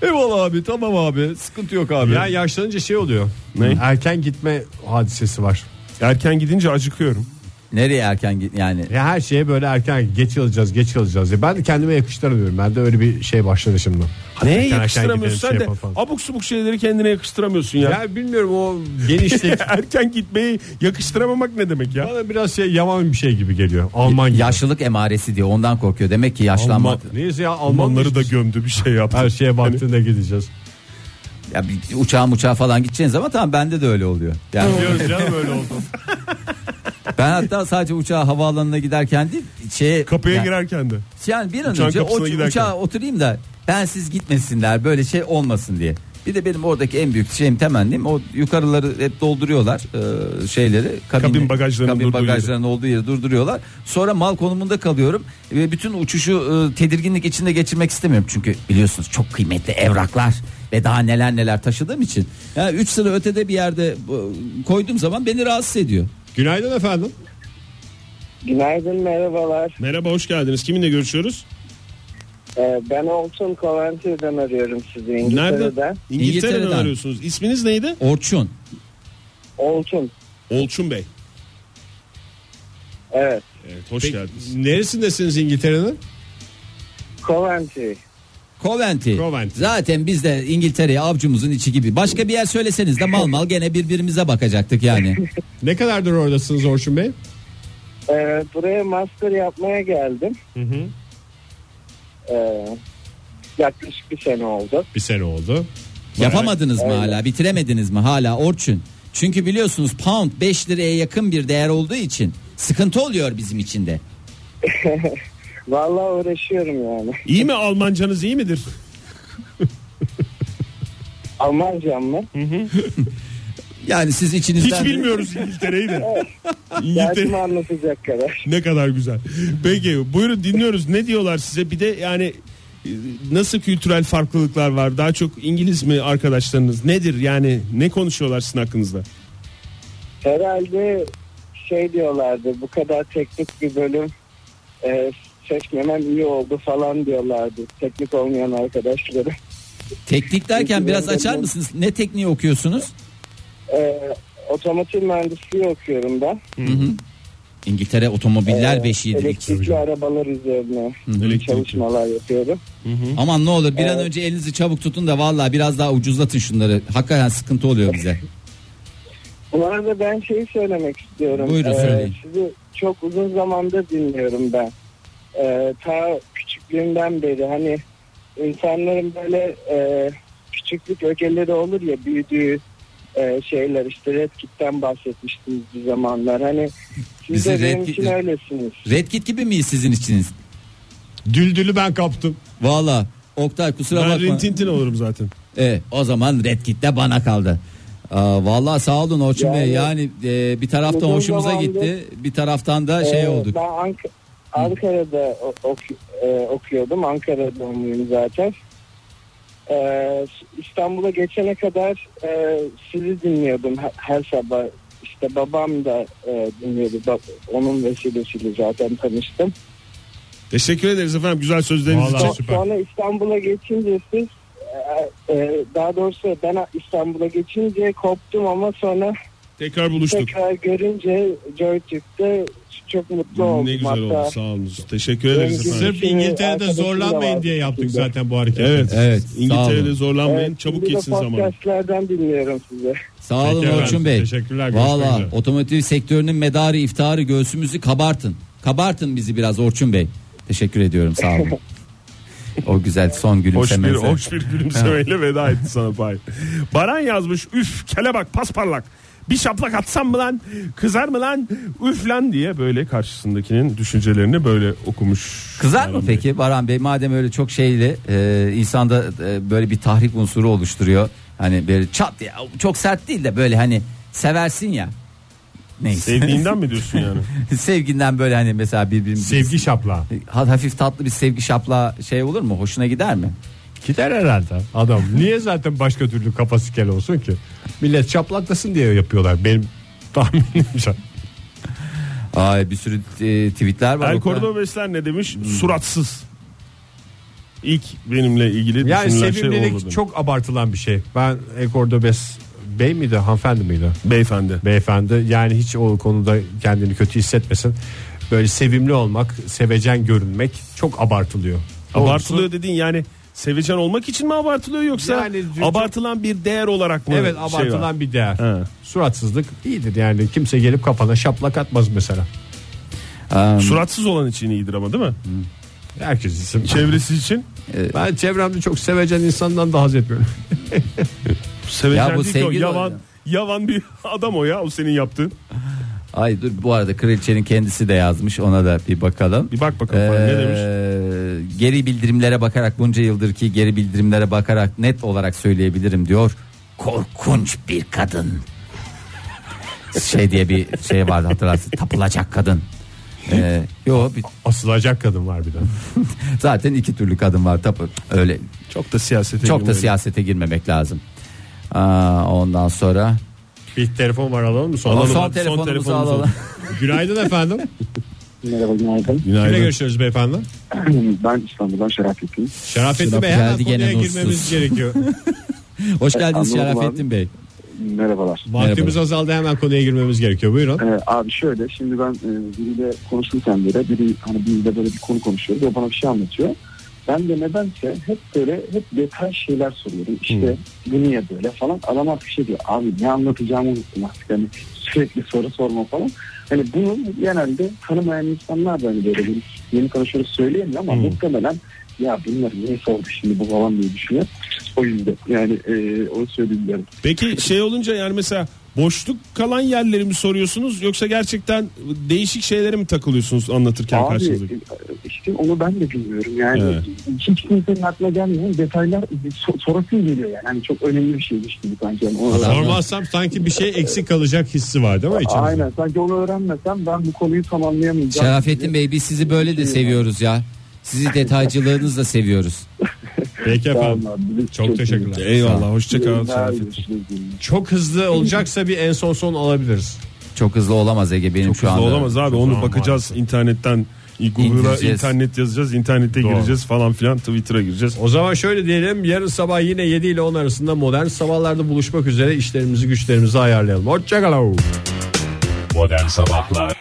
Eyvallah abi tamam abi sıkıntı yok abi. Ya yaşlanınca şey oluyor. Ne? Erken gitme hadisesi var. Erken gidince acıkıyorum. Nereye erken git yani Ya her şeye böyle erken geç alacağız geç alacağız diye. Ben de kendime yakıştıramıyorum. Ben de öyle bir şey başladı şimdi. Hadi erken Neye erken yakıştıramıyorsun gidelim, şey sen de yapalım falan. abuk subuk şeyleri kendine yakıştıramıyorsun ya. Ya bilmiyorum o genişlik erken gitmeyi yakıştıramamak ne demek ya? bana biraz şey yaman bir şey gibi geliyor. Alman gibi. yaşlılık emaresi diyor ondan korkuyor. Demek ki yaşlanma. Alman. Neyse ya Almanları Almanları da gömdü bir şey yaptı. her şeye baktığında gideceğiz. Ya bir uçağa uçağa falan gideceğiniz ama tamam bende de öyle oluyor. Yani Hani- Diyoruz canım öyle oldu. ben hatta sadece uçağa havaalanına giderken değil şey Kapıya yani, girerken de. yani bir an Uçağın önce kapısına o- giderken. uçağa oturayım da bensiz gitmesinler böyle şey olmasın diye. Bir de benim oradaki en büyük şeyim temennim o yukarıları hep dolduruyorlar e, şeyleri Kabin bagajlarının kabin durduğu bagajlarının olduğu yeri durduruyorlar. Sonra mal konumunda kalıyorum ve bütün uçuşu e, tedirginlik içinde geçirmek istemiyorum çünkü biliyorsunuz çok kıymetli evraklar ve daha neler neler taşıdığım için. Yani 3 sıra ötede bir yerde e, koyduğum zaman beni rahatsız ediyor. Günaydın efendim. Günaydın merhabalar. Merhaba hoş geldiniz. Kiminle görüşüyoruz? Ee, ben Olsun Coventry'den arıyorum sizi Nerede? İngiltere'den. İngiltere'den, İngiltere'den. arıyorsunuz. İsminiz neydi? Orçun Olsun. Olçun Bey. Evet. Evet, hoş Peki, geldiniz. neresindesiniz İngiltere'nin? Coventry. Coventry. Coventry. Zaten biz de İngiltere'ye avcumuzun içi gibi. Başka bir yer söyleseniz de mal mal gene birbirimize bakacaktık yani. Ne kadardır oradasınız Orçun Bey? Ee, buraya master yapmaya geldim. Ee, yaklaşık bir sene oldu. Bir sene oldu. Yapamadınız mı Aynen. hala? Bitiremediniz mi hala Orçun? Çünkü biliyorsunuz pound 5 liraya yakın bir değer olduğu için sıkıntı oluyor bizim için de. Vallahi uğraşıyorum yani. (laughs) İyi mi Almancanız iyi midir? Almancam mı? Yani siz içinizden Hiç bilmiyoruz İngiltere'yi de. Derdimi İngiltere anlatacak kadar. ne kadar güzel. Peki buyurun dinliyoruz. Ne diyorlar size? Bir de yani e, nasıl kültürel farklılıklar var? Daha çok İngiliz mi arkadaşlarınız? Nedir yani? Ne konuşuyorlar sizin hakkınızda? Herhalde şey diyorlardı bu kadar teknik bir bölüm e, seçmemem iyi oldu falan diyorlardı. Teknik olmayan arkadaşları. teknik derken Çünkü biraz ben de açar bu- mısınız? Ne tekniği okuyorsunuz? Ee, otomotiv mühendisliği okuyorum ben. İngiltere otomobiller Ee, beşiğidir. Elektrikli arabalar üzerine Elektrikli. çalışmalar yapıyorum. Aman ne olur bir an önce elinizi çabuk tutun da vallahi biraz daha ucuzlatın şunları. Hakikaten sıkıntı oluyor bize. Bu arada ben şeyi söylemek istiyorum. Ee, Buyurun, söyleyin. Sizi çok uzun zamandır dinliyorum ben. Ee, ta küçüklüğümden beri hani insanların böyle e, küçüklük ögeleri olur ya büyüdüğü e, şeyler işte Red Kit'ten bahsetmiştiniz bir zamanlar. Hani siz Bizi de benim Red Kit- için öylesiniz. Red Kit gibi miyiz sizin içiniz? Düldülü ben kaptım. Valla Oktay kusura Ben bakma. rintintin olurum zaten. Evet, o zaman Red Kit de bana kaldı. Aa, vallahi sağ olun Orçun Yani- Bey. Yani e, bir tarafta Uzun hoşumuza zamandır- gitti. Bir taraftan da şey Ee, olduk. Ben Ank- Ankara'da o- ok- e, okuyordum. Ankara doğumluyum zaten. Ee, İstanbul'a geçene kadar e, sizi dinliyordum her, her sabah işte babam da e, dinliyordu. Bab- Onun vesilesiyle zaten tanıştım. Teşekkür ederiz efendim güzel sözleriniz Vallahi. için. So- süper. Sonra İstanbul'a geçince siz e, e, daha doğrusu ben İstanbul'a geçince koptum ama sonra Tekrar buluştuk. tekrar görünce Joy Türk'te çok mutlu oldum. Ne güzel Hatta oldu sağ olun. Teşekkür ederiz Benim efendim. Sırf İngiltere'de Arkadaşım da zorlanmayın var. diye yaptık zaten bu hareketi. Evet. Evet, sağ İngiltere'de olun. zorlanmayın. Evet, Çabuk şimdi de geçsin zaman. Podcastlerden dinliyorum sizi. Sağ olun Peki efendim, Orçun Bey. teşekkürler, görüşmek Valla üzere. otomotiv sektörünün medarı iftiharı göğsümüzü kabartın. Kabartın bizi biraz Orçun Bey. Teşekkür ediyorum sağ (laughs) olun. o güzel son Hoş bir, gülümsemenize. hoş bir (laughs) gülümsemeyle veda etti sana Fahir. Baran yazmış üf kele bak pasparlak. Bir şaplak atsam mı lan kızar mı lan üf lan diye böyle karşısındakinin düşüncelerini böyle okumuş. Kızar Baran mı Bey. peki Baran Bey madem öyle çok şeyli e, insanda e, böyle bir tahrik unsuru oluşturuyor. Hani böyle çat ya çok sert değil de böyle hani seversin ya. Neyse. Sevdiğinden mi diyorsun yani? (laughs) Sevginden böyle hani mesela birbirimiz Sevgi şapla. Ha- hafif tatlı bir sevgi şapla şey olur mu? Hoşuna gider mi? Gider herhalde adam. Niye zaten başka türlü kafası kel olsun ki? Millet çaplaklasın diye yapıyorlar. Benim tahminimce. Ay bir sürü e, tweetler var. El Oktay. Cordobesler ne demiş? Suratsız. İlk benimle ilgili Yani düşünülen şey sevimlilik olmadı. çok abartılan bir şey. Ben Ekordo Bes Bey miydi hanımefendi miydi? Beyefendi. Beyefendi yani hiç o konuda kendini kötü hissetmesin. Böyle sevimli olmak, sevecen görünmek çok abartılıyor. Abartılıyor dediğin yani sevecen olmak için mi abartılıyor yoksa Yani çok- abartılan bir değer olarak mı? Evet şey abartılan var? bir değer. He. Suratsızlık iyidir yani. Kimse gelip kafana şaplak atmaz mesela. Am, Suratsız olan için iyidir ama değil mi? Hmm. Herkes isim. Çevresi için Ben çevremde çok sevecen insandan da haz etmiyorum. sevecen Ya bu değil ki o sevgili yavan olan- yavan bir (laughs) adam o ya o senin yaptığın. Ay dur bu arada kraliçenin kendisi de yazmış ona da bir bakalım. Ee, Bir bak bakalım falan, ne demiş? Geri bildirimlere bakarak bunca yıldır ki geri bildirimlere bakarak net olarak söyleyebilirim diyor. Korkunç bir kadın. şey diye bir şey vardı hatırlarsın tapılacak kadın. Ee, yo bir- Asılacak kadın var bir de. zaten iki türlü kadın var tapı öyle Çok da siyasete çok da girmeyelim. siyasete girmemek lazım. Aa, ondan sonra Bir telefon var alalım mı? Sonra Ama Alalım son hadi, son telefonumuzu telefonumuzu alalım. Günaydın efendim. Merhaba günaydın. Kimle Günaydın. görüşüyoruz beyefendi? Ben İstanbul'dan Şerafettin. Şerafettin Şeraf Bey hemen geldi gene konuya nutsuz. girmemiz (laughs) gerekiyor. Hoş geldiniz Anladım Şerafettin Bey. Merhabalar. Vaktimiz Merhaba. azaldı hemen konuya girmemiz gerekiyor. Buyurun. Ee, abi şöyle şimdi ben e, biriyle konuşurken böyle biri hani biriyle böyle bir konu konuşuyoruz o bana bir şey anlatıyor. Ben de nedense hep böyle hep detay şeyler soruyorum. İşte bu niye böyle falan. Adam artık şey diyor abi ne anlatacağımı unuttum artık hani sürekli soru sorma falan. Hani bunu genelde tanımayan insanlar da hani böyle bir yeni konuşuyoruz söyleyemiyor ama muhtemelen ya bunlar niye sordu şimdi bu falan diye düşünüyor. O yüzden yani e, onu söyleyeyim Peki şey olunca yani mesela boşluk kalan yerleri mi soruyorsunuz yoksa gerçekten değişik şeylere mi takılıyorsunuz anlatırken karşınızdaki? Abi e, işte onu ben de bilmiyorum yani Evet. hiç kimsenin aklına gelmeyen detaylar so- sorasın geliyor yani. yani çok önemli bir şeymiş gibi sanki. Yani onu öğren- Sormazsam sanki bir şey eksik kalacak hissi var değil mi içinizde? Aynen sanki onu öğrenmesem ben bu konuyu tamamlayamayacağım. Şerafettin Bey biz sizi böyle de seviyoruz ya. Sizi detaycılığınızla seviyoruz. Peki efendim. Tamam abi, biz Çok teşekkürler. Eyvallah hoşça kal. Serafettin. Çok hızlı olacaksa bir en son son alabiliriz. Çok hızlı olamaz Ege benim Çok şu hızlı anda. olamaz abi Çok onu zaman bakacağız internetten Google'a İndireceğiz. internet yazacağız internete Doğru. gireceğiz falan filan Twitter'a gireceğiz. O zaman şöyle diyelim yarın sabah yine 7 ile 10 arasında modern sabahlarda buluşmak üzere işlerimizi güçlerimizi ayarlayalım. Hoşçakalın. Modern Sabahlar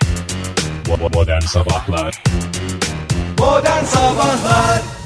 Bo- bo- Modern Sabahlar Modern Sabahlar